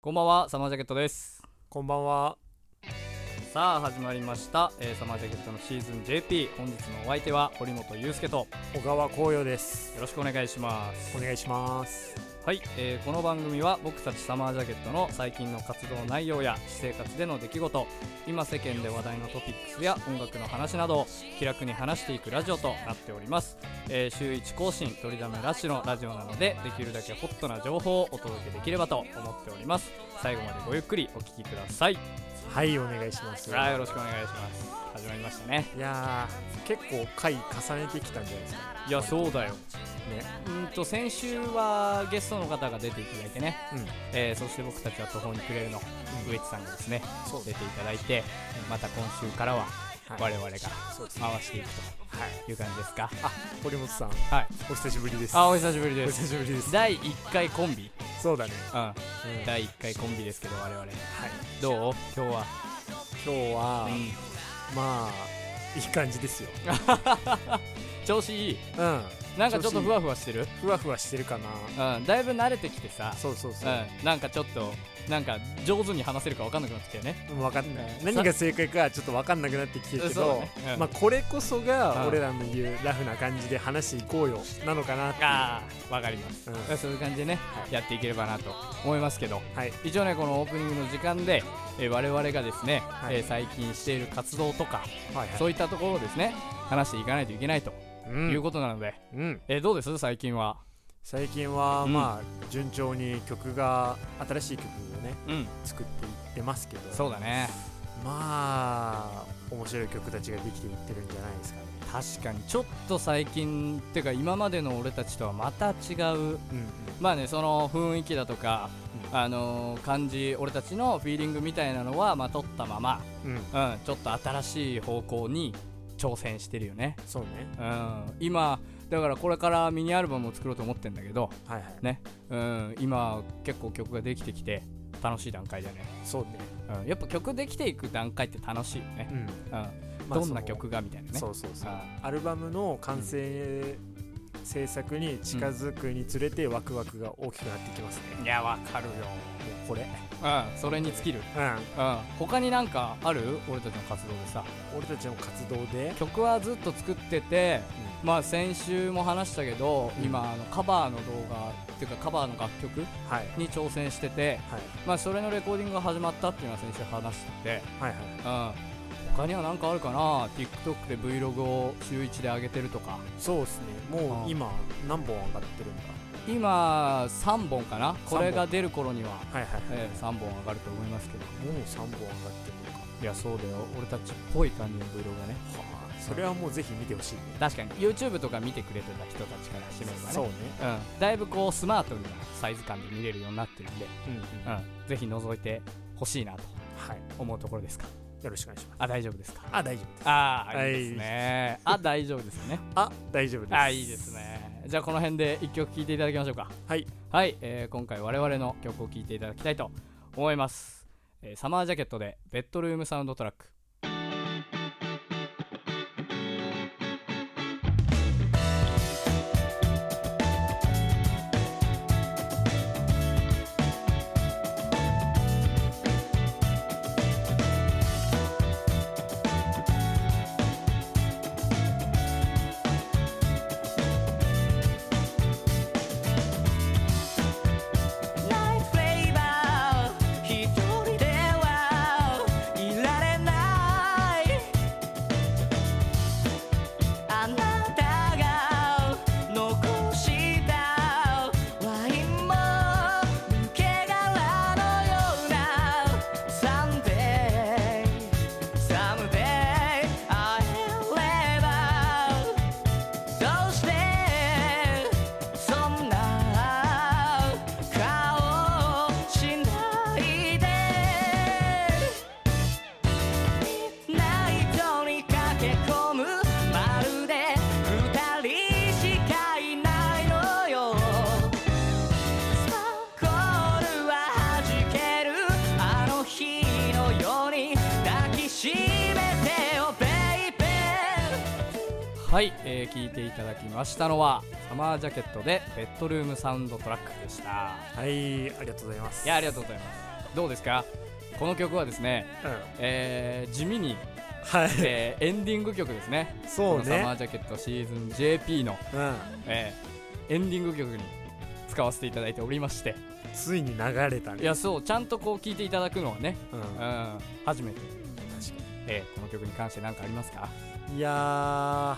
こんばんはサマージャケットですこんばんは。さあ始まりました、えーサマージャケットのシーズン JP 本日のお相手は堀本裕介とよ小川光陽です。ろしくお願いしますお願いします。はい、えーこの番組は僕たちサマージャケットの最近の活動内容や私生活での出来事今世間で話題のトピックスや音楽の話などを気楽に話していくラジオとなっております、えー週1更新取りだめラッシュのラジオなのでできるだけホットな情報をお届けできればと思っております最後までごゆっくりお聞きくださいはい、お願いします。さあよろしくお願いします始まりましたねいやー、結構回重ねてきたんじゃないですか。いやそうだよね。うんと先週はゲストの方が出ていただいてね、うん。えーそして僕たちは途方に暮れるの植地さんがですねそう出でていただいてまた今週からははい我々が回す。そうです。していくという感じですかあ、堀本さん、はいお久しぶりです。あお久しぶりおで久すしぶりで す。第1回コンビそうだね。うんうん第1回コンビですけど我々はい。どう今日は今日は、うんまあ、いい感じですよ。調子いいうん。なんかちょっとふわふわしてるふわふわしてるかな。うんだいぶ慣れてきてさそうそうそう。うんなんかちょっとなんか上手に話せるか分かんなくなってきたよねもう分かんないうん何が正解かちょっと分かんなくなってきてるけそうど、だねうんまあ、これこそうがん俺らの言うラフな感じで話していこうよなのかなっていうああ分かりますうんそういう感じでねはやっていければなと思いますけどはい一応ねこのオープニングの時間で、えー我々がですね、はいえー最近している活動とか、はいそういったところをですね話していかないといけないとういうんことなので、うんえーどうです最近は最近はうんまあ順調に曲が新しい曲をねうん作っていってますけどそうだねまあ面白い曲たちができていってるんじゃないですかね確かにちょっと最近っていうか今までの俺たちとはまた違うまあねその雰囲気だとか、うんあのー感じ俺たちのフィーリングみたいなのはまあ取ったまま、うんうん、うん、うん、ちょっと新しい方向に挑戦してるよねそうねうん今だからこれからミニアルバムを作ろうと思ってんだけど、はいはいねうん、今結構曲ができてきて楽しい段階だね、そうねうん、やっぱ曲できていく段階って楽しいよね、うん、うんまあどんな曲がみたいなねそうそうそうあアルバムの完成制作に近づくにつれてワクワクが大きくなってきますね、いやわかるよ、もうこれ、うん、それに尽きる、うん、うん、他になんかある俺たちの活動でさ俺たちの活動で、曲はずっと作っててまあ先週も話したけど、うん今あのカバーの動画っていうかカバーの楽曲はいに挑戦してて、はいまあ、それのレコーディングが始まったっていうのは先週話してて、はいはいうん、他には何かあるかな TikTok で Vlog を週1で上げてるとかそうですねもあう今何本上がってるんだ今3本かなこれが出る頃には、はいはいはい、え3本上がると思いますけどもう3本上がってるのかいやそうだよ俺たちっぽい感じの Vlog がねはあそれはもうぜひ見てほしいね確かに YouTube とか見てくれてた人たちからしてみればねそうね、うん、だいぶこうスマートなサイズ感で見れるようになってるんで、うんうん、ぜひ覗いてほしいなとはい思うところですかよろしくお願いしますあ大丈夫ですかあ大丈夫ですああ、はいいいですねあ大丈夫ですよねあ大丈夫ですあいいですねじゃあこの辺で1曲聴いていただきましょうかはいはい、えー今回我々の曲を聴いていただきたいと思います、えーサマージャケットでベッドルームサウンドトラックナイフレーバー一人ではいられないあなたが残したワインも抜け殻のようなサンデーサムデー会えればどうしてそんな顔しないでナイトに駆け込むまるで二人しかいないのよコールは弾けるあの日のように抱きしめてよベイベーはい、えー、聴いていただきましたのはサマージャケットでベッドルームサウンドトラックでしたはいありがとうございますいやありがとうございますどうですかこの曲はですね、うんえー地味に、はいえ ーエンディング曲ですねそこうのサマねージャケットシーズン JP の、うんえーエンディング曲に使わせていただいておりましてついに流れたねいやそうちゃんとこう聴いていただくのはね、うんうん確か初めて、えーこの曲に関して何かありますかにいやー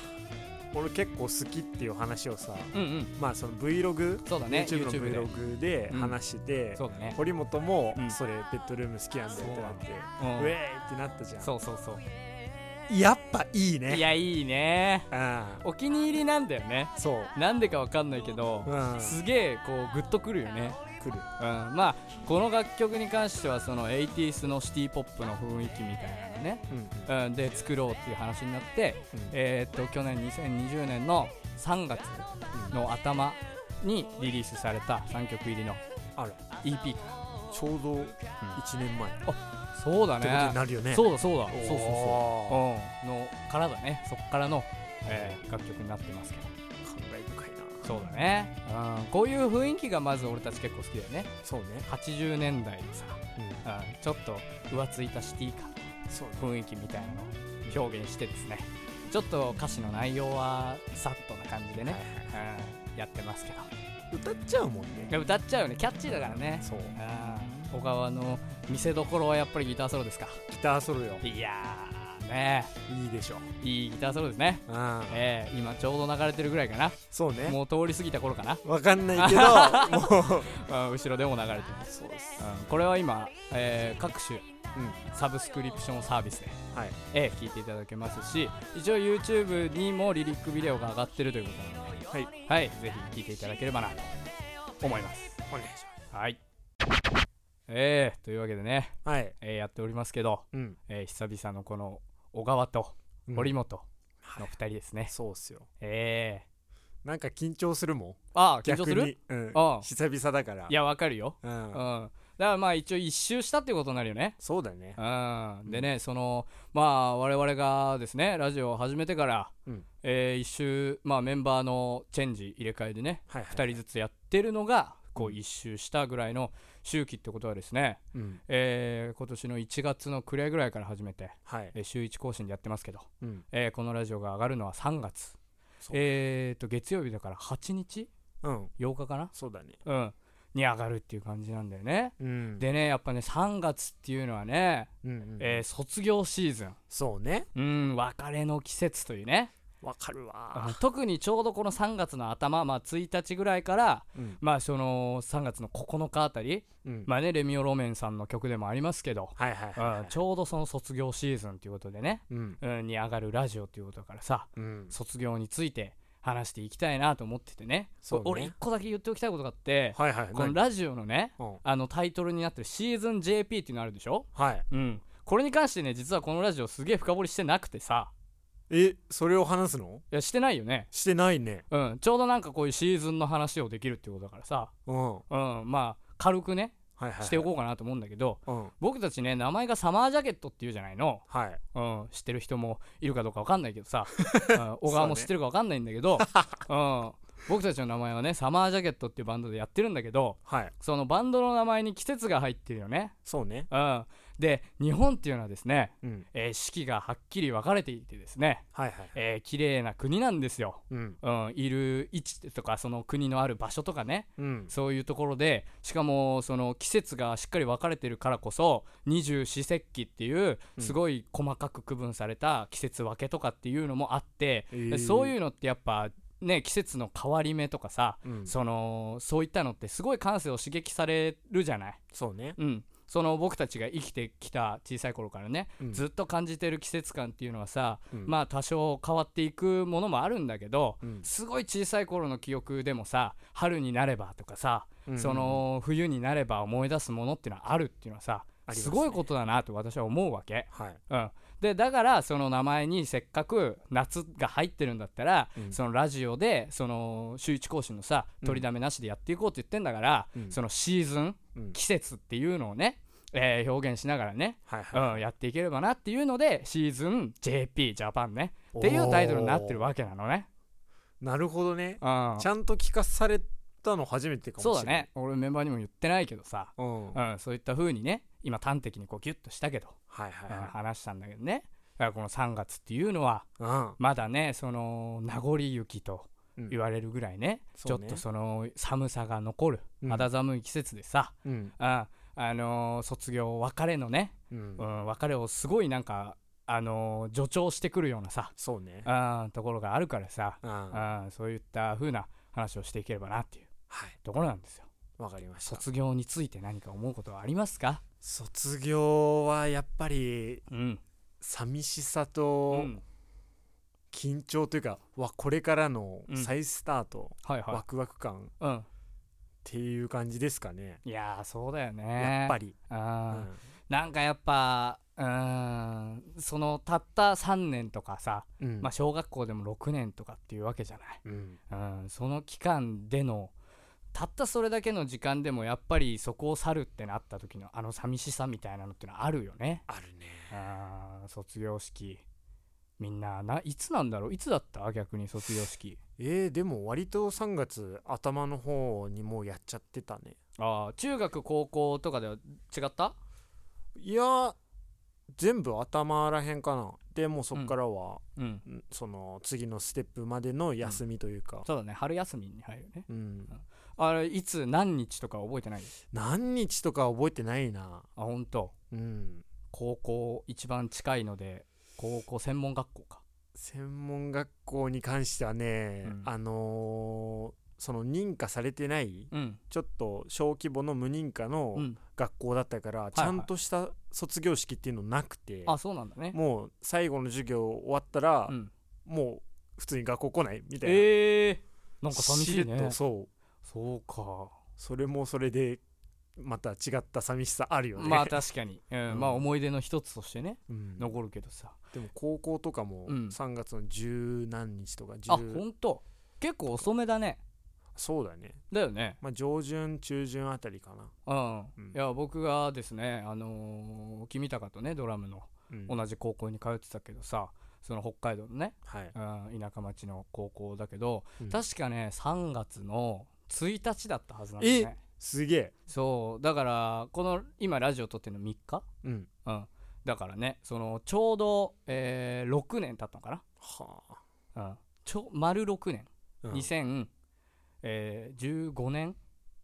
俺結構好きっていう話をさうんうんまあその Vlog そうだね YouTube の YouTube で Vlog でうん話してて、そうだね堀本もうんそれベッドルーム好きなんだよってなって、うウんェーイってなったじゃんそうそうそうやっぱいいねいやいいねうんお気に入りなんだよねそうなんでかわかんないけど、うんすげえこうグッとくるよね、来るうん、まあこの楽曲に関してはその 80s のシティポップの雰囲気みたいなのね、うんうん、で作ろうっていう話になって、うんえーっと去年2020年の3月の頭にリリースされた3曲入りのあら EP かちょうど1年前、ってこそうだとにねなるよねそうだそうだそうおーそうそう、うん、のからだねそっからの、えー楽曲になってますけど感慨深いなそうだね、うん、こういう雰囲気がまず俺たち結構好きだよねそうね、 80年代のさ、ううん、ちょっと浮ついたシティ感ん、そうね雰囲気みたいなのを表現してですねちょっと歌詞の内容はさっとな感じでね、うん、やってますけど歌っちゃうもんいやね歌っちゃうよねキャッチーだからねそううん小川の見せどころはやっぱりギターソロですかギターソロよいやーねいいでしょいいギターソロですねうんえー今ちょうど流れてるぐらいかなそうねもう通り過ぎた頃かな、わか んないけどもううん後ろでも流れてるそうですうんこれは今、えー各種うんサブスクリプションサービスで、はいえー聞いていただけますし一応 YouTube にもリリックビデオが上がってるということなので、はいはい、ぜひ聞いていただければなと思いますお願いしますはいえー、というわけでね、はいえーやっておりますけど、うんえー久々のこの小川とうん堀本の2人ですね、そうっすよえなんか緊張するもんー、ああ緊張逆するにうんああ久々だからいやわかるよ、ううんん、だからまあ一応一周したってことになるよねそうだねうん、でね、そのまあ我々がですねラジオを始めてから、うんえー一周、まあ、メンバーのチェンジ入れ替えでねはいはい2人ずつやってるのがこう一周したぐらいの周期ってことはですね、うんえー今年の1月の暮れぐらいから始めて、はいえー週1更新でやってますけど、うんえーこのラジオが上がるのは3月そうえー、と月曜日だから8日うん8日かな、そうだねうん、に上がるっていう感じなんだよね。うんでねやっぱね3月っていうのはねうんうんえー卒業シーズンそうねうん別れの季節というねわかるわ特にちょうどこの3月の頭、まあ、1日ぐらいから、うんまあ、その3月の9日あたり、うんまあね、レミオロメンさんの曲でもありますけど、はいはいはいはうんいちょうどその卒業シーズンということでね、うんうん、に上がるラジオということだからさうん卒業について話していきたいなと思っててねそうねお俺1個だけ言っておきたいことがあって、はいはいこのラジオのね何うんあのタイトルになってる「シーズン JP」っていうのあるでしょはいうん、これに関してね実はこのラジオすげえ深掘りしてなくてさえそれを話すのいやしてないよね、してないねうん、ちょうどなんかこういうシーズンの話をできるってことだからさ、うんはうん、まあ軽くねいはいしておこうかなと思うんだけど、うん僕たちね名前がサマージャケットっていうじゃないの、はいうん、知ってる人もいるかどうかわかんないけどさ、うん 小川も知ってるかわかんないんだけど、うん、僕たちの名前はねサマージャケットっていうバンドでやってるんだけどはいそのバンドの名前に季節が入ってるよね、そうねうん、で日本っていうのはですねうんえー四季がはっきり分かれていてですね、はいはいえー、綺麗な国なんですよ、うんうん、いる位置とかその国のある場所とかねうんそういうところでしかもその季節がしっかり分かれてるからこそ二十四節気っていううんすごい細かく区分された季節分けとかっていうのもあって、えーそういうのってやっぱね季節の変わり目とかさ、うんそのそういったのってすごい感性を刺激されるじゃない。そうねうん、その僕たちが生きてきた小さい頃からね、うんずっと感じてる季節感っていうのはさ、うんまあ多少変わっていくものもあるんだけど、うんすごい小さい頃の記憶でもさ春になればとかさ、うんその冬になれば思い出すものっていうのはあるっていうのはさありますねすごいことだなと私は思うわけ。はいうん、でだからその名前にせっかく夏が入ってるんだったら、うんそのラジオでその週一更新のさうん取りだめなしでやっていこうって言ってんだから、うんそのシーズン、うん季節っていうのをね、えー表現しながらね、はいうんは、やっていければなっていうのでシーズン JP ジャパンねおーっていうタイトルになってるわけなのね。いなるほどねうんちゃんと聞かされったの初めてかそもうしだれないね俺メンバーにも言ってないけどさ、うんうはいん、そういった風にね今端的にこうギュッとしたけど、はういんは話したんだけどねだからこの3月っていうのはいうんまだねその名残雪とうん言われるぐらいね,、ちそょうっねとその寒さが残るうん肌寒い季節でさ、うんうんあのー卒業別れのね、うんうん、別れをすごいなんか、あのー助長してくるようなさ、そうねうん、ところがあるからさ、うんはうん、そういった風な話をしていければなっていういところなんですよわかりました卒業について何か思うことはありますか卒業はやっぱりうん、寂しさうとん、緊張というかわこれからのうん再スタートはいワはクワク感っい、うん、ていう感じですかねいやーそうだよねやっぱりりうあ、んなんかやっぱうーんそのたった3年とかさ、うんまあ、小学校でも6年とかっていうわけじゃないうんうん、その期間でのたったそれだけの時間でもやっぱりそこを去るってなった時のあの寂しさみたいなのってのはあるよね。あるねあー卒業式みんなないつなんだろういつだった逆に卒業式。えーでも割と3月頭の方にもうやっちゃってたねあー中学高校とかでは違ったいや全部頭らへんかなでもうそっからは、うんんその次のステップまでの休みというか、そうだね春休みに入るよね。うんあれいつ何日とか覚えてない何日とか覚えてないなあ本当うん高校一番近いので高校専門学校か。専門学校に関してはね、うんあのーその認可されてないうんちょっと小規模の無認可のうん、学校だったから、いちゃんとした卒業式っていうのなくて、あそうなんだね。もう最後の授業終わったら、うんもう普通に学校来ないみたいな、ええなんか寂しいしれっねとそうそうかそれもそれでまた違った寂しさあるよね、まあ確かに、うんうんまあ思い出の一つとしてね うん残るけどさでも高校とかもうん3月の十何日とか十、あほんと結構遅めだねそうだねだよねまあ上旬中旬あたりかな、うん、うんいや僕がですねあのー君高とねドラムのうん同じ高校に通ってたけどさその北海道のね、はい、うん、田舎町の高校だけど、うん確かね3月の1日だったはずなんだよねすげえそうだからこの今ラジオ撮ってるの3日うんうん、だからねそのちょうど、えー6年経ったのかはあ、な、うん、ちょ丸6年、うん2015年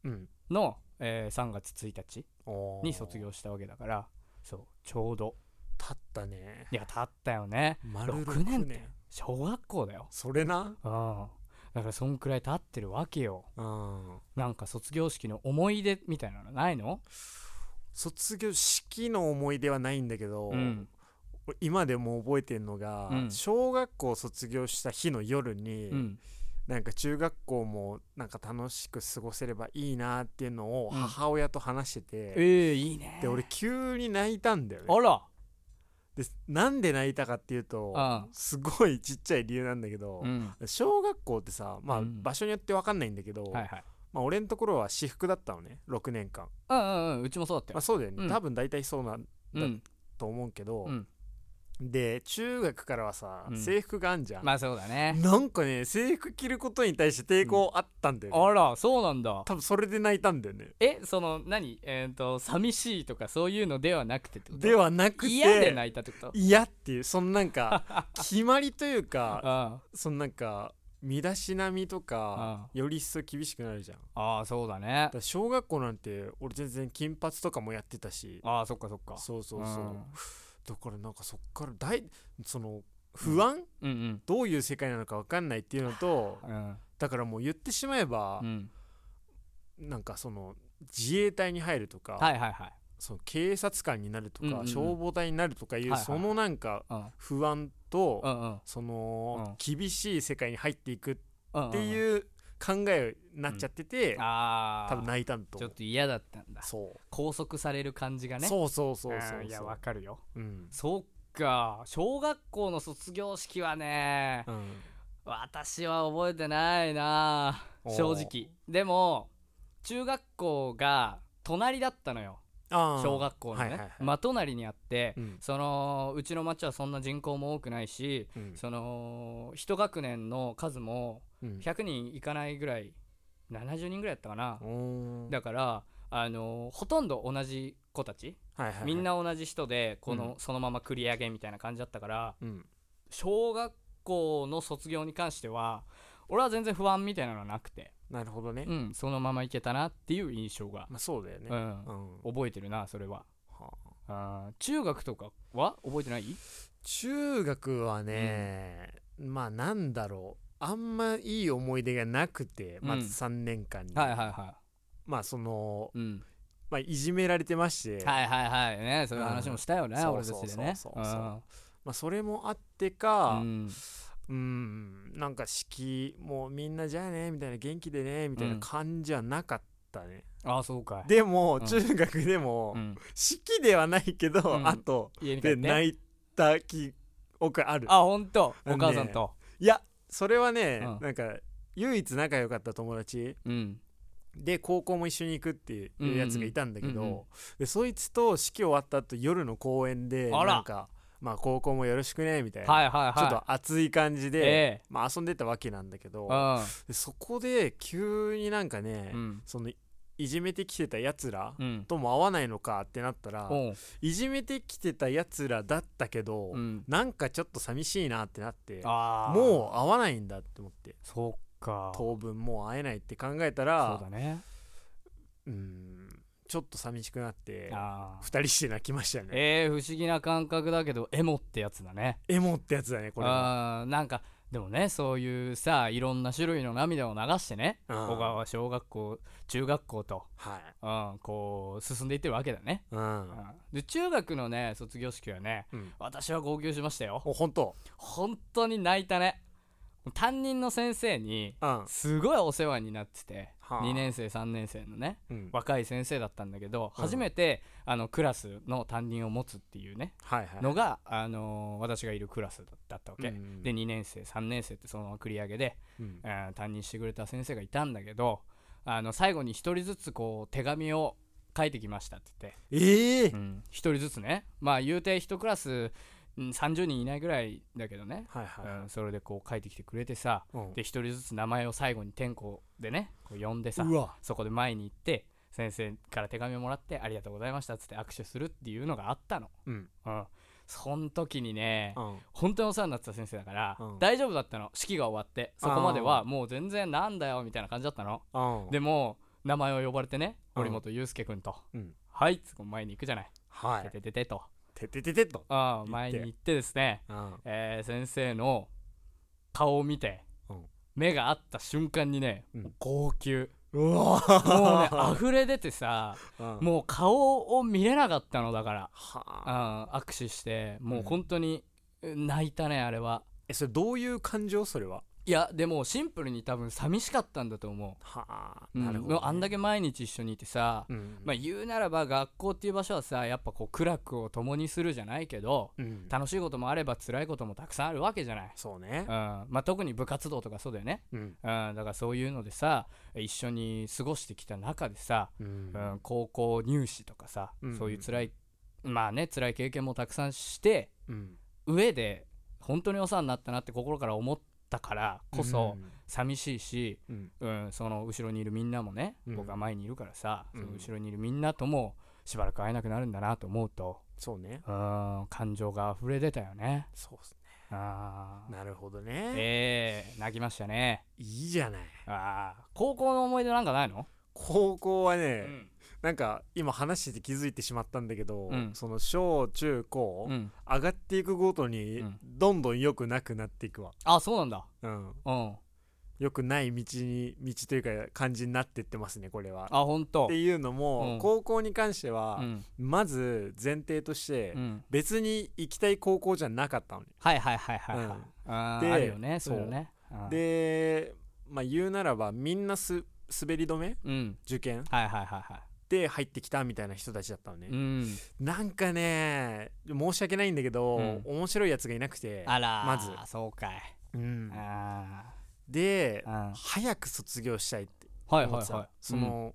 うんの、えー3月1日おーに卒業したわけだからそうちょうど経ったねいや経ったよね丸六6年年って小学校だよ、それなうん、だからそんくらい経ってるわけようんなんか卒業式の思い出みたいなのないの卒業式の思い出はないんだけど、うん俺今でも覚えてるのが、うん小学校卒業した日の夜に、うんなんか中学校もなんか楽しく過ごせればいいなっていうのをうん母親と話してえて、ー、いいねで俺急に泣いたんだよねあらでなんで泣いたかっていうとああすごいちっちゃい理由なんだけど、うん小学校ってさ、まあうん場所によって分かんないんだけど、はいはいまあ、俺のところは私服だったのね6年間、うんうんうんうちもそうだったよまあ、、そうだよね、うん多分大体そうなんうんと思うけど、うんで中学からはさ、うん制服があんじゃん、まあそうだねなんかね制服着ることに対して抵抗あったんだよね、あらそうなんだ多分それで泣いたんだよねえその何えっ、と寂しいとかそういうのではなくてってことではなくて嫌で泣いたってこと嫌っていうそのな んか決まりというかあそのなんか身だしなみとあかより一層厳しくなるじゃんだあああそうだねから小学校なんて俺全然金髪とかもやってたしああそっかそっかそうそうそう、んだからなんかそっから大その不安、うんどういう世界なのか分かんないっていうのとうんうんだからもう言ってしまえばう、んなんかその自衛隊に入るとか、はいはいはいその警察官になるとか、うんうんうん消防隊になるとかいう、はいはいそのなんかうん不安と、うんうんその、厳しい世界に入っていくっうんてうんいう考えになっちゃってて、ああ多分泣いたんだとち思ょうっと嫌だったんだそう拘束される感じがねうそうそうそうそういやわかるようんそっか小学校の卒業式はねうん私は覚えてないなおー正直でも中学校が隣だったのよあー小学校のはいはいはねい真隣にあって、うんそのうちの町はそんな人口も多くないし、うんその一学年の数もうん100人いかないぐらい70人ぐらいやったかな、おーだからあのほとんど同じ子たち、はいはいみん、な同じ人でこの、うんそのまま繰り上げみたいな感じだったからうん、小学校の卒業に関しては俺は全然不安みたいなのはなくて、なるほどね、うん、そのままいけたなっていう印象が、まあそうだよね、うんうん覚えてるなそれははああー中学とかは覚えてない中学はね、まあなんだろうあんまいい思い出がなくて、まうんず3年間に、はいはいはまあその、い、うん、まあ、いじめられてまして、はいはいはいねそういう話もしたよね、うん俺たちでねそうそうそうそうまあ、それもあってかう、んうんなんか式もうみんなじゃあねみたいな元気でねみたいな感じはなかったね、ああそうかい、でも、うん中学でも、うん、式ではないけど、うんあと家に帰っでて泣いた記憶あるあ本当あのおね母さんと、いやそれはね、うんなんか唯一仲良かった友達うんで高校も一緒に行くっていうんうんううんやつがいたんだけど、うんうんでそいつと式終わった後夜の公園であらなんかまあ高校もよろしくねみたいな、はいはいはいちょっと熱い感じで、ええまあ、遊んでたわけなんだけど、うでそこで急になんかね、んそのいじめてきてたやつらうんとも合わないのかってなったら、おういじめてきてたやつらだったけど、うんなんかちょっと寂しいなってなってああもう会わないんだって思ってそうか当分もう会えないって考えたそらうだねうんちょっと寂しくなってああ二人して泣きましたねえー、不思議な感覚だけどエモってやつだねエモってやつだねこれあがーなんかでもねそういうさいろんな種類の涙を流してねうん小川は小学校中学校と、はい、うん、こう進んでいってるわけだね、うんうん、で中学のね卒業式はねうん、私は号泣しましたよお本当本当に泣いたね担任の先生にうんすごいお世話になってて、はあ2年生3年生のねうん若い先生だったんだけど、うん初めてあのクラスの担任を持つっていうね、はいはいのが、あのー私がいるクラスだったわけ、うんうんで2年生3年生ってそのまま繰り上げで、うんえー担任してくれた先生がいたんだけどあの最後に1人ずつこう手紙を書いてきましたって言ってええ一、うん、一人ずつねまあ言うて1クラスうん30人いないぐらいだけどね、はいはいうん、それでこう書いてきてくれてさうんで1人ずつ名前を最後に点呼でねこう呼んでさうわそこで前に行って先生から手紙をもらってありがとうございましたっつって握手するっていうのがあったのうんうんそん時にねうん本当にお世話になってた先生だから、うん大丈夫だったの式が終わってそこまであはもう全然なんだよみたいな感じだったのうんでも名前を呼ばれてねうん堀本裕介君と「うんはい」つって前に行くじゃない「はてていてて」とててててとああ行って前に行ってですね、うんえー先生の顔を見て、うん目が合った瞬間にね、うん号 泣うわもうね溢れ出てさうんもう顔を見れなかったのだから、はうあん、握手してもううん本当に泣いたねあれはえそれどういう感情それはいやでもシンプルに多分寂しかったんだと思はあう、うんなるほどねあんだけ毎日一緒にいてさ、うんまあ言うならば学校っていう場所はさやっぱこう苦楽を共にするじゃないけどうん楽しいこともあれば辛いこともたくさんあるわけじゃない、そううねんまあ、特に部活動とかそうだよね、うんうん、だからそういうのでさ一緒に過ごしてきた中でさ、うんうん、高校入試とかさ、うんそういう辛いまあね辛い経験もたくさんしてうん上で本当にお世話になったなって心から思ったからこそ寂しいし、うんうん、その後ろにいるみんなもね、うん僕は前にいるからさ、うんその後ろにいるみんなともしばらく会えなくなるんだなと思うと、そうねうん、感情が溢れ出たよね。そうっすねあーなるほどねええ泣きましたね。いいじゃないあー高校の思い出なんかないの、高校はうね、んなんか今話してて気づいてしまったんだけど、うんその小中高、うん、上がっていくごとにうんどんどん良くなくなっていくわ、あそうなんだ。うん、うん、良くない道に道というか感じになってってますねこれは。あ本当っていうのも、うん高校に関しては、うんまず前提として、うん、別に行きたい高校じゃなかったのに、はいはいはいはい、はいうんあでーあるよねそういうのね、うん、でまあ言うならばみんなす滑り止めうん受験はいはいはいはで入ってきたみたいな人たちだったのねい、うんなんかね申し訳ないんだけど、うん面白いやつがいなくてあらーまずそうかいうんあでーあ早く卒業したいってーはい思はっいてたの、はいその、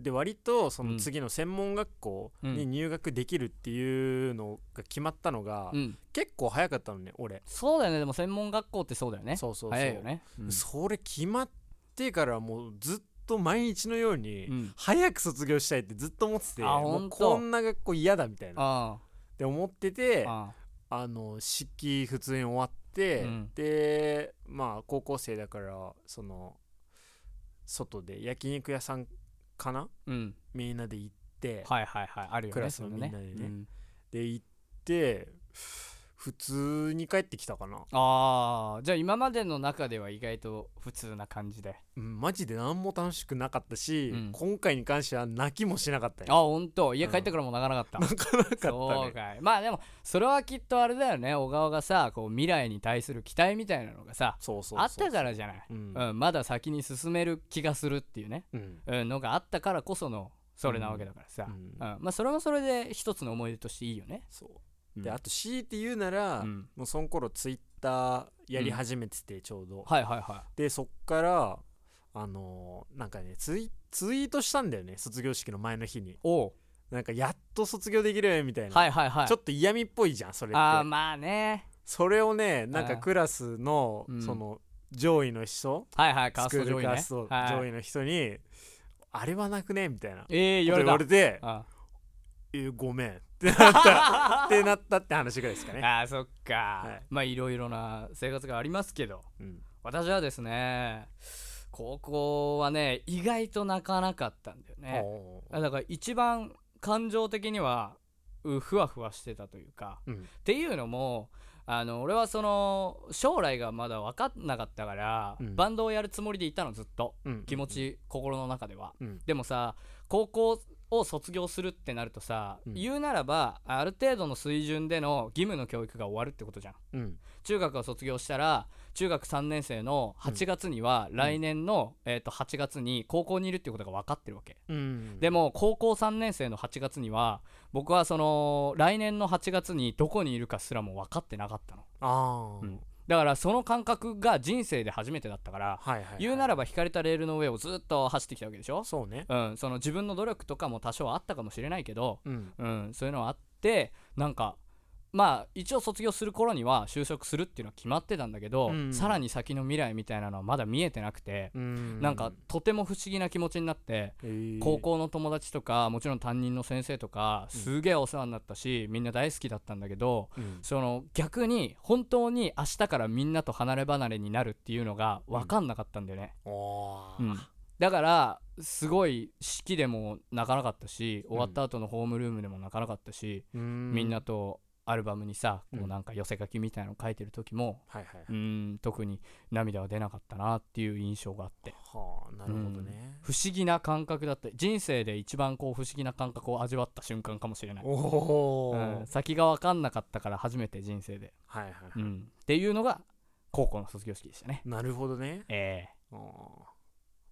で割とそうのん次の専門学校に入学できるっていうのが決まったのが、うん、うん結構早かったのね俺そうだよねでも専門学校ってそうだよねそうそうそう早いよね、うんそれ決まってからもうずっと毎日のよううにん、早く卒業したいってずっと思ってて、あもほうんとこんな学校嫌だみたいなっあて思ってあてああの式普通に終わって、うんでまあ高校生だからその外で焼肉屋さんかなあうんみんなで行って、はいはいはいあるよねクラスのそういうみんなでねうんで行って普通に帰ってきたかな、ああじゃあ今までの中では意外と普通な感じでうん、マジで何も楽しくなかったし、うん今回に関しては泣きもしなかったあよ本当家うん帰ってからも泣かなかった、泣かなかったそねうかいまあでもそれはきっとあれだよね小川がさこう未来に対する期待みたいなのがさそうそうそうあったからじゃない、うんうんまだ先に進める気がするっていうね、うんうん、のがあったからこそのそれなわけだからさ、ううんんまあそれもそれで一つの思い出としていいよねそううんであと強いて言うなら、うんもうその頃ツイッターやり始めててちょうど、はいはいはでそっからあのーなんかねツイツイートしたんだよね卒業式の前の日にいおうなんかやっと卒業できるよみたいな、はいはいはいちょっと嫌味っぽいじゃんそれってああまあねそれをねなんあかークラスのうんその上位の人、はいはいカーススクトール上位カねーストはい上位の人に「あれはなくね?」みたいなことええ言われ言たわれてあ「えーごめん」ってなった ってなったって話ぐらいですかね。ああそっか、はいまあいろいろな生活がありますけどうん私はですね高校はね意外と泣かなかったんだよねおーだから一番感情的にはうふわふわしてたというかうんっていうのもあの俺はその将来がまだ分かんなかったから、うんバンドをやるつもりでいたのずっとうん気持ち、心の中ではうんでもさ高校を卒業するってなるとさ、うん言うならばある程度の水準での義務の教育が終わるってことじゃんうん中学を卒業したら中学3年生の8月には来年の、えー、と8月に高校にいるってことが分かってるわけ、うんでも高校3年生の8月には僕はその来年の8月にどこにいるかすらも分かってなかったの、ああ、うんだからその感覚が人生で初めてだったからはいはいはい、言うならば引かれたレールの上をずっと走ってきたわけでしょ、そうねうん、その自分の努力とかも多少あったかもしれないけど、うんうん、そういうのはあってなんかまあ一応卒業する頃には就職するっていうのは決まってたんだけど、うんさらに先の未来みたいなのはまだ見えてなくて、うんなんかとても不思議な気持ちになって、えー高校の友達とかもちろん担任の先生とかうんすげえお世話になったし、みんな大好きだったんだけどうんその逆に本当に明日からみんなと離れ離れになるっていうのが分かんなかったんだよね。おうーんだからすごい式でも泣かなかったし終わった後のホームルームでも泣かなかったし、うんみんなとアルバムにさこううんなんか寄せ書きみたいの書いてる時も、はいはいはういーん、特に涙は出なかったなっていう印象があってはあなるほどね、不思議な感覚だって人生で一番こう不思議な感覚を味わった瞬間かもしれない、おお、うん、先が分かんなかったから初めて人生で、はいはいはうい、ん、っていうのが高校の卒業式でしたねなるほどねええあー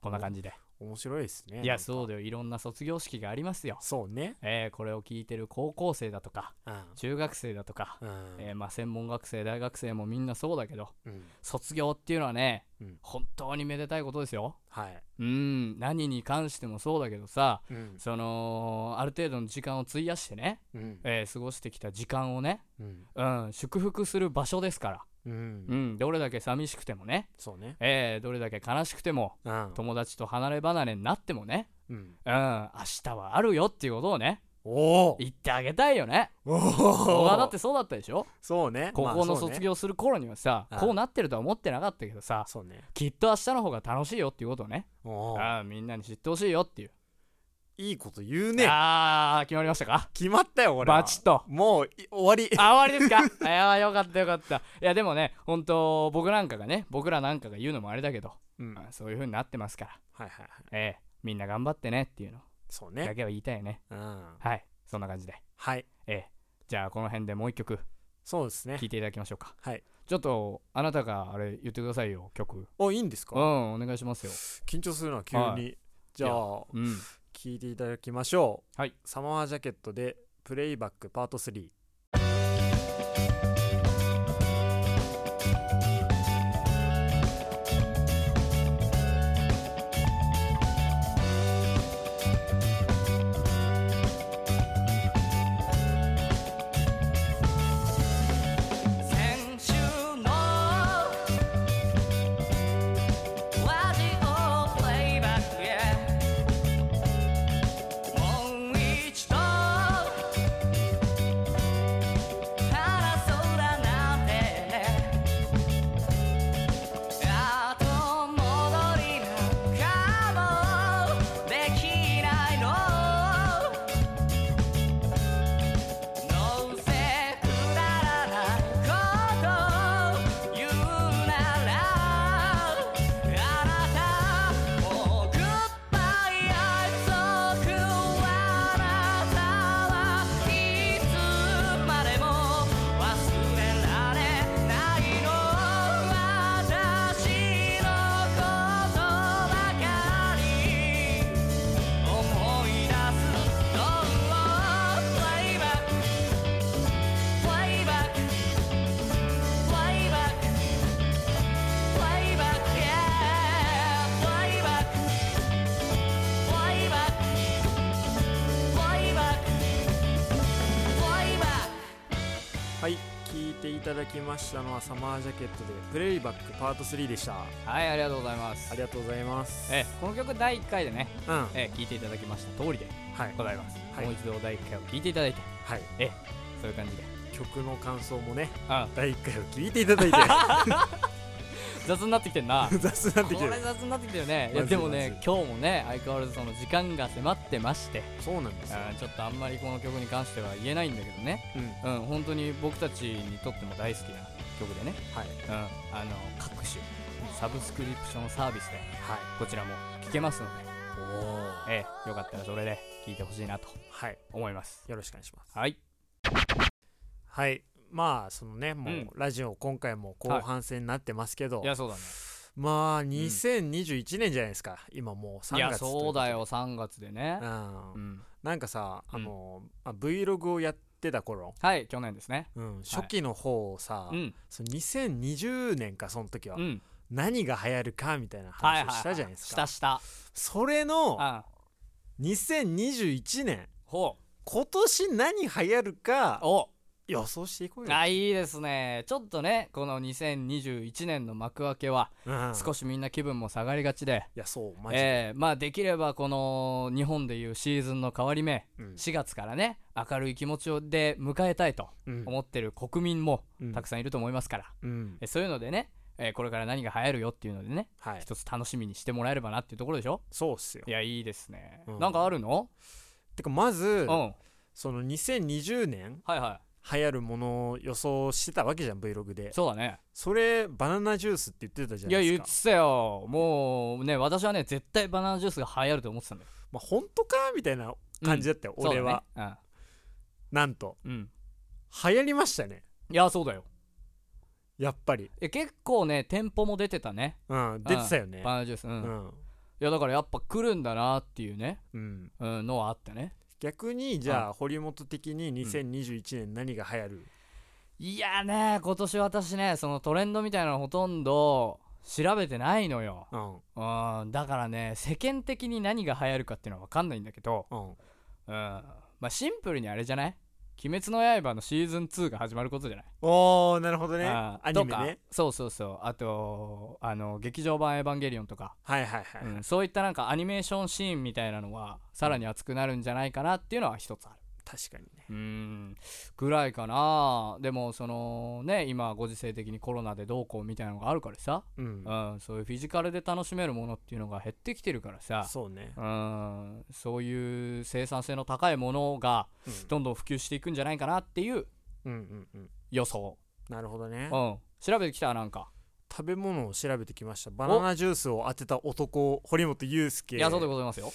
こんな感じで面白いですねいなんやかそうだよいろんな卒業式がありますよそうねえーこれを聞いてる高校生だとかうん中学生だとか、うんえーまあ、専門学生大学生もみんなそうだけどうん卒業っていうのはね、うん本当にめでたいことですよ。はい、うん何に関してもそうだけどさうんそのある程度の時間を費やしてね、うんえー過ごしてきた時間をね、うんうん、祝福する場所ですから、うんうん、どれだけ寂しくてもね、そうねえーどれだけ悲しくてもうん友達と離れ離れになってもね、うんうん、明日はあるよっていうことをねおー言ってあげたいよね。お小お川だってそうだったでしょそうね高校のまあそうね卒業する頃にはさ、うんこうなってるとは思ってなかったけどさそうねきっと明日の方が楽しいよっていうことをねおーああみんなに知ってほしいよっていう、いいこと言うねああ決まりましたか決まったよ俺はバチッともうい終わりあ終わりですか いやーよかったよかったいやでもね本当僕なんかがね僕らなんかが言うのもあれだけど、うんまはいあそういう風になってますからはいはいええみんな頑張ってねっていうのそうだねけは言いたいねうんはいそんな感じではいええじゃあこの辺でもう一曲そうですね聴いていただきましょうかはいちょっとあなたがあれ言ってくださいよ曲おいいんですうかんお願いしますよ緊張するな急はにじゃあうん聞いていただきましょうはいサマージャケットでプレイバックパート3先週のラジオプレイバックへはい聞いていただきましたのはサマージャケットでプレイバックパート3でしたあはいありがとうございますりがとうございますえこの曲第1回でね、うんはいえ聞いていただきました通りではいございます、はいもう一度第1回を聞いていただいてそういう感じで曲の感想もねあ第1回を聞いていただいて 雑になってきてんな雑になってき こてるれ雑になってきてるねいやまずでいもまねず今日もね相変わらずその時間が迫ってましてそうなんですよ、あーちょっとあんまりこの曲に関しては言えないんだけどねうんうん本当に僕たちにとっても大好きな曲でね、はいうん、あの各種サブスクリプションサービスではいこちらも聴けますのおおで、ええよかったらそれで聴いてほしいなとはい思いますよろしくお願いしますはいはいまあそのねもう、うんラジオ今回も後半戦になってますけど、いやそうだねまあ2021年じゃないですか、今もう3月いやそうだよ、よ3月でねう、、うんん、なんかさうんあの、あ Vlog をやってた頃、はい去年ですねうん、初期の方をさ、うんその2020年かその時は、うん何が流行るかみたいなはいはい話をはいしたじゃないですか、したしたそれのうん2021年ほう今年何流行るかお予想していこうよ、あいいですねちょっとねこの2021年の幕開けはうん、少いしみんな気分も下がりがちで、やそうマジで、ええまあできればこの日本でいうシーズンの変わり目うん4月からね明るい気持ちをで迎えたいとうん思ってる国民もうんたくさんいると思いますから、うんえそういうのでね、えーこれから何が流行るよっていうのでねはい一つ楽しみにしてもらえればなっていうところでしょそうっすよいやいいですね、うんなんかあるのてかまず、うんはいその2020年は流行るものを予想してたわけじゃん Vlog でいそうだねそれバナナジュースって言ってたじゃいなやいで言すっかてたよもうね私はね絶対バナナジュースが流行ると思ってたんだよまあ本当かみたいな感じだったよ、俺は、そうだねなんとうん、うん流行りましたねいやそうだよやっぱりえ結構ね店舗も出てたねうん出てたよねバナナジュースうん、ういん、やだからやっぱ来るんだなっていうね、うん、うん、のはあったね逆にじゃあ堀本的に2021年何が流行る、いやね今年私ねそのトレンドみたいなのほとんど調べてないのようんうんだからね世間的に何が流行るかっていうのは分かんないんだけどうん、うんまあシンプルにあれじゃない鬼滅の刃のシーズン2が始まることじゃないおーなるほどねあアーニメとかねそうそうそうあとあの劇場版「エヴァンゲリオン」とか、はいはいはい、うんそういったなんかアニメーションシーンみたいなのはさらに熱くなるんじゃないかなっていうのは一つある確かにねうんぐらいかなでもそのね今ご時世的にコロナでどうこうみたいなのがあるからさ、うん、うん、そういうフィジカルで楽しめるものっていうのが減ってきてるからさそうねうんそういう生産性の高いものがうんどんどん普及していくんじゃないかなっていううんうんうん予想、なるほどねうん、調べてきたなんか食べ物を調べてきましたバナナジュースを当てた男堀本裕介いやそうでございますよ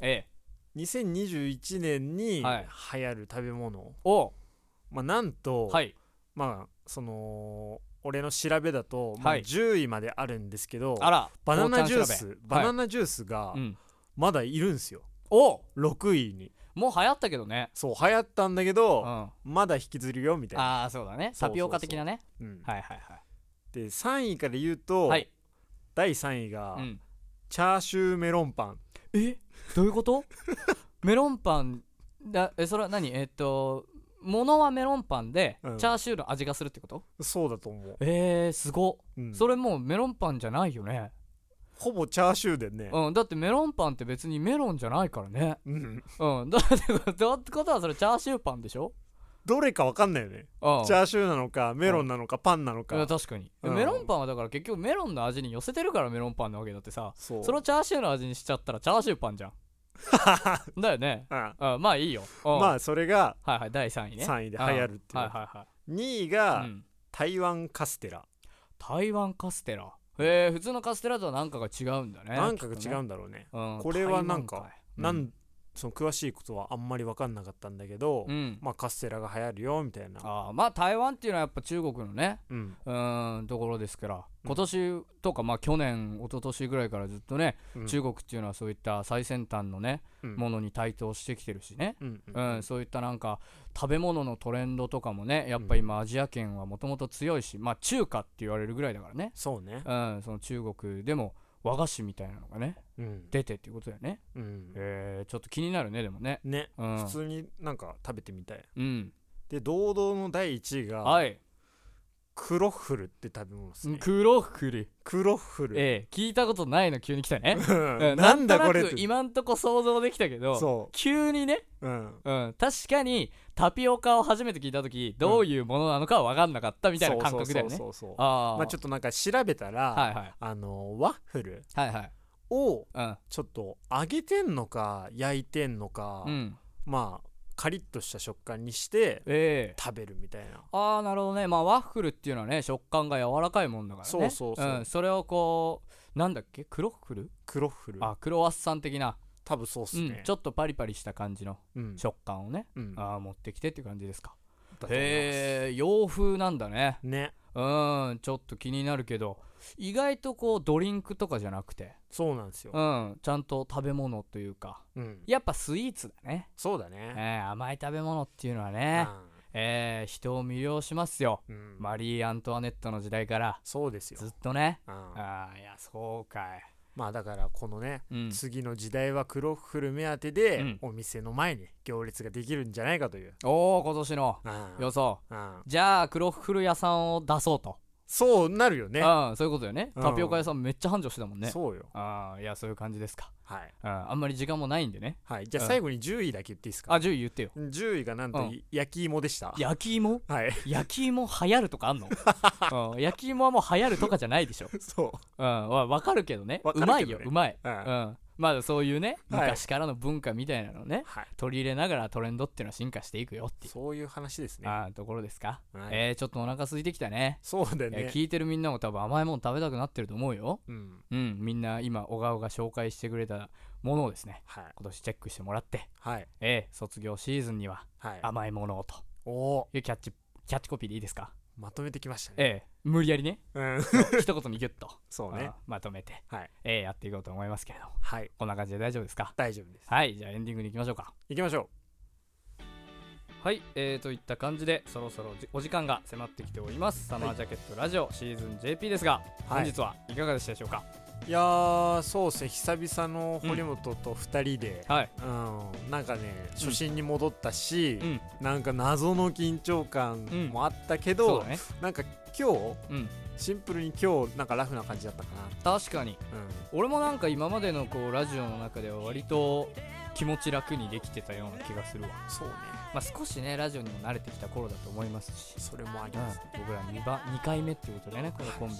ええ2021年に流はい行る食べ物、おまあなんと、はいまあその俺の調べだと、まあ、はい10位まであるんですけど、あらバナナジューこうちゃん調スべバはナいナジュースがうん、まだいるんですよ、お6位にもう流行ったけどねそう流行ったんだけうんど、あまだ引きずるよみたいな、あーそうだねそうそうそうタピオカ的なねうんはいはいはいで3位から言うと、はい、第3位が、うん、チャーシューメロンパンえどういうこと メロンパンだえそれは何えっと物はメロンパンで、うんチャーシューの味がするってことそうだと思う、えー、すごっ、うんそれもうメロンパンじゃないよね、ほぼチャーシューでね、うん、だってメロンパンって別にメロンじゃないからねうん、うんだってだってことはそれチャーシューパンでしょどれかわかんないよねうんチャーシューなのかメロンなのかパンなのいやか確かに、うんメロンパンはだから結局メロンの味に寄せてるからメロンパンなわけだってさそうそれをチャーシューの味にしちゃったらチャーシューパンじゃん だよねうんあまあいいよ、うんまあそれがはいはい第3位ね3位で流行るってういんうはいはいはい2位うがん台湾カステラ台湾カステラへえ普通のカステラとは何かが違うんだねなんかがきっと違ねうんだろうねうんこれはなんか台湾いなうんんその詳しいことはあんまり分かんなかったんだけどうんまあカステラが流行るよみたいなあーまあ台湾っていうのはやっぱ中国のねうんうーんところですから今年とかまあ去年一昨年ぐらいからずっとね、うん中国っていうのはそういった最先端のね、うんものに台頭してきてるしね、うんううんん、そういったなんか食べ物のトレンドとかもねやっぱ今アジア圏はもともと強いし、まあ中華って言われるぐらいだからね、そうねうん、その中国でも和菓子みたいなのがねうん出てっていうことだよね、うんえーちょっと気になるねでもねねうん普通になんか食べてみたいうんで堂々の第1位がはいクロッフルって食べ物ですね黒くりクロッフルええ聞いたことないの急に来たね うなんだとこれっなくて今んとこ想像できたけどそ急にね、ううんうん、確かにタピオカを初めて聞いた時どういうものなのかは分かんなかったみたいな感覚だよねそうそうそうそうああまあちょっとなんか調べたら、はいはいあのワッフルはいはいをうんちょっと揚げてんのか焼いてんのか、うんまあカリッとした食感にしてええ食べるみたいなああなるほどねまあワッフルっていうのはね食感が柔らかいもんだからね、そうそうそうんそれをこうなんだっけクロッフルクロッフルあクロワッサン的な、多分そうっすうねん、ちょっとパリパリした感じのうん食感をね、うんあー持ってきてっていう感じですかだと思いますへえ洋風なんだねねうんちょっと気になるけど意外とこうドリンクとかじゃなくてそうなんですようんちゃんと食べ物というかうんやっぱスイーツだね、そうだねえー甘い食べ物っていうのはね、えー人を魅了しますようんうんマリー・アントワネットの時代からそうですよずっとねうんああいやそうかいまあだからこのねうん次の時代はクロッフル目当てうでんお店の前に行列ができるんじゃないかというおお今年のうん予想うんじゃあクロッフル屋さんを出そうとそうなるよねうんそういうことよねうんタピオカ屋さんめっちゃ繁盛してたもんねそうよああいやそういう感じですか、はいうん、あんまり時間もないんでねはいじゃうあん最後に10位だけ言っていいですあか10位言ってよ10位がなんうとんい焼き芋でした焼き芋はい 焼き芋流行るとかあんの、うん、焼き芋はもう流行るとかじゃないでしょ、そううん、わ分かるけどねわかうるけどまねいようまい、うんうん、まあそういうねはい昔からの文化みたいなのをね、はい取り入れながらトレンドっていうのは進化していくよっていうそういう話ですねあーところですか、はいえー、ちょっとお腹空いてきたねそうだよいやね聞いてるみんなも多分甘いもの食べたくなってると思うようんうんみんな今小川が紹介してくれたものをですねはい今年チェックしてもらって、はいえー、卒業シーズンにははい甘いものをとおおいうキャッチキャッチコピーでいいですかーまとめてきましたねええ無理やり ねうん一言にギュッとそうねあまとめて、はいええやっていこうと思いますけれどもはいこんな感じで大丈夫ですか大丈夫ですはいじゃあエンディングに行きましょうか行きましょはいえー、といった感じでそろそろじお時間が迫ってきておりますサマージャケットラジオシーズン JP ですが、はい本日はいかがでしたでしょうかういやーそうですね久々の堀本と2人で、はいうんなんかね初心に戻ったし、うんなんか謎の緊張感もあったけど、そうだねなんか今日うんシンプルに今日なんかラフな感じだったか確かにな、うん、俺もなんか今までのこうラジオの中では割と気持ち楽にできてたような気がするわそうねまあ少しねラジオにも慣れてきた頃だと思いますしそれもありうんます、僕ら 2, 番2回目っていうことでねこのコンビ、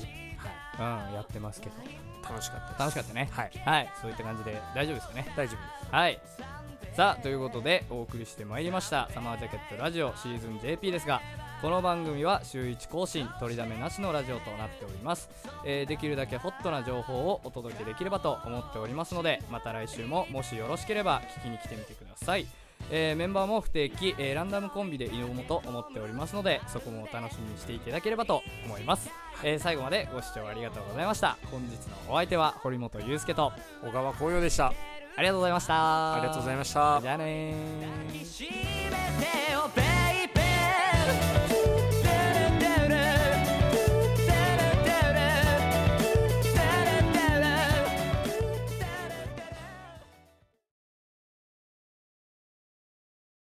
はいうん、やってますけど楽しかったで楽しすかったねはいはいそういった感じで大丈夫ですよね大丈夫ではいさあということでお送りしてまいりました「サマージャケットラジオシーズン JP」ですがこの番組は週1更新取りだめなしのラジオとなっております、えーできるだけホットな情報をお届けできればと思っておりますのでまた来週ももしよろしければ聞きに来てみてくださいえーメンバーも不定期、えーランダムコンビで挑もうと思っておりますのでそこもお楽しみにしていただければと思います、えー最後までご視聴ありがとうございました本日のお相手は堀本裕介とす小川紅葉でしたありがとうございましたありがとうございましたじゃあねー「抱きしめてよベ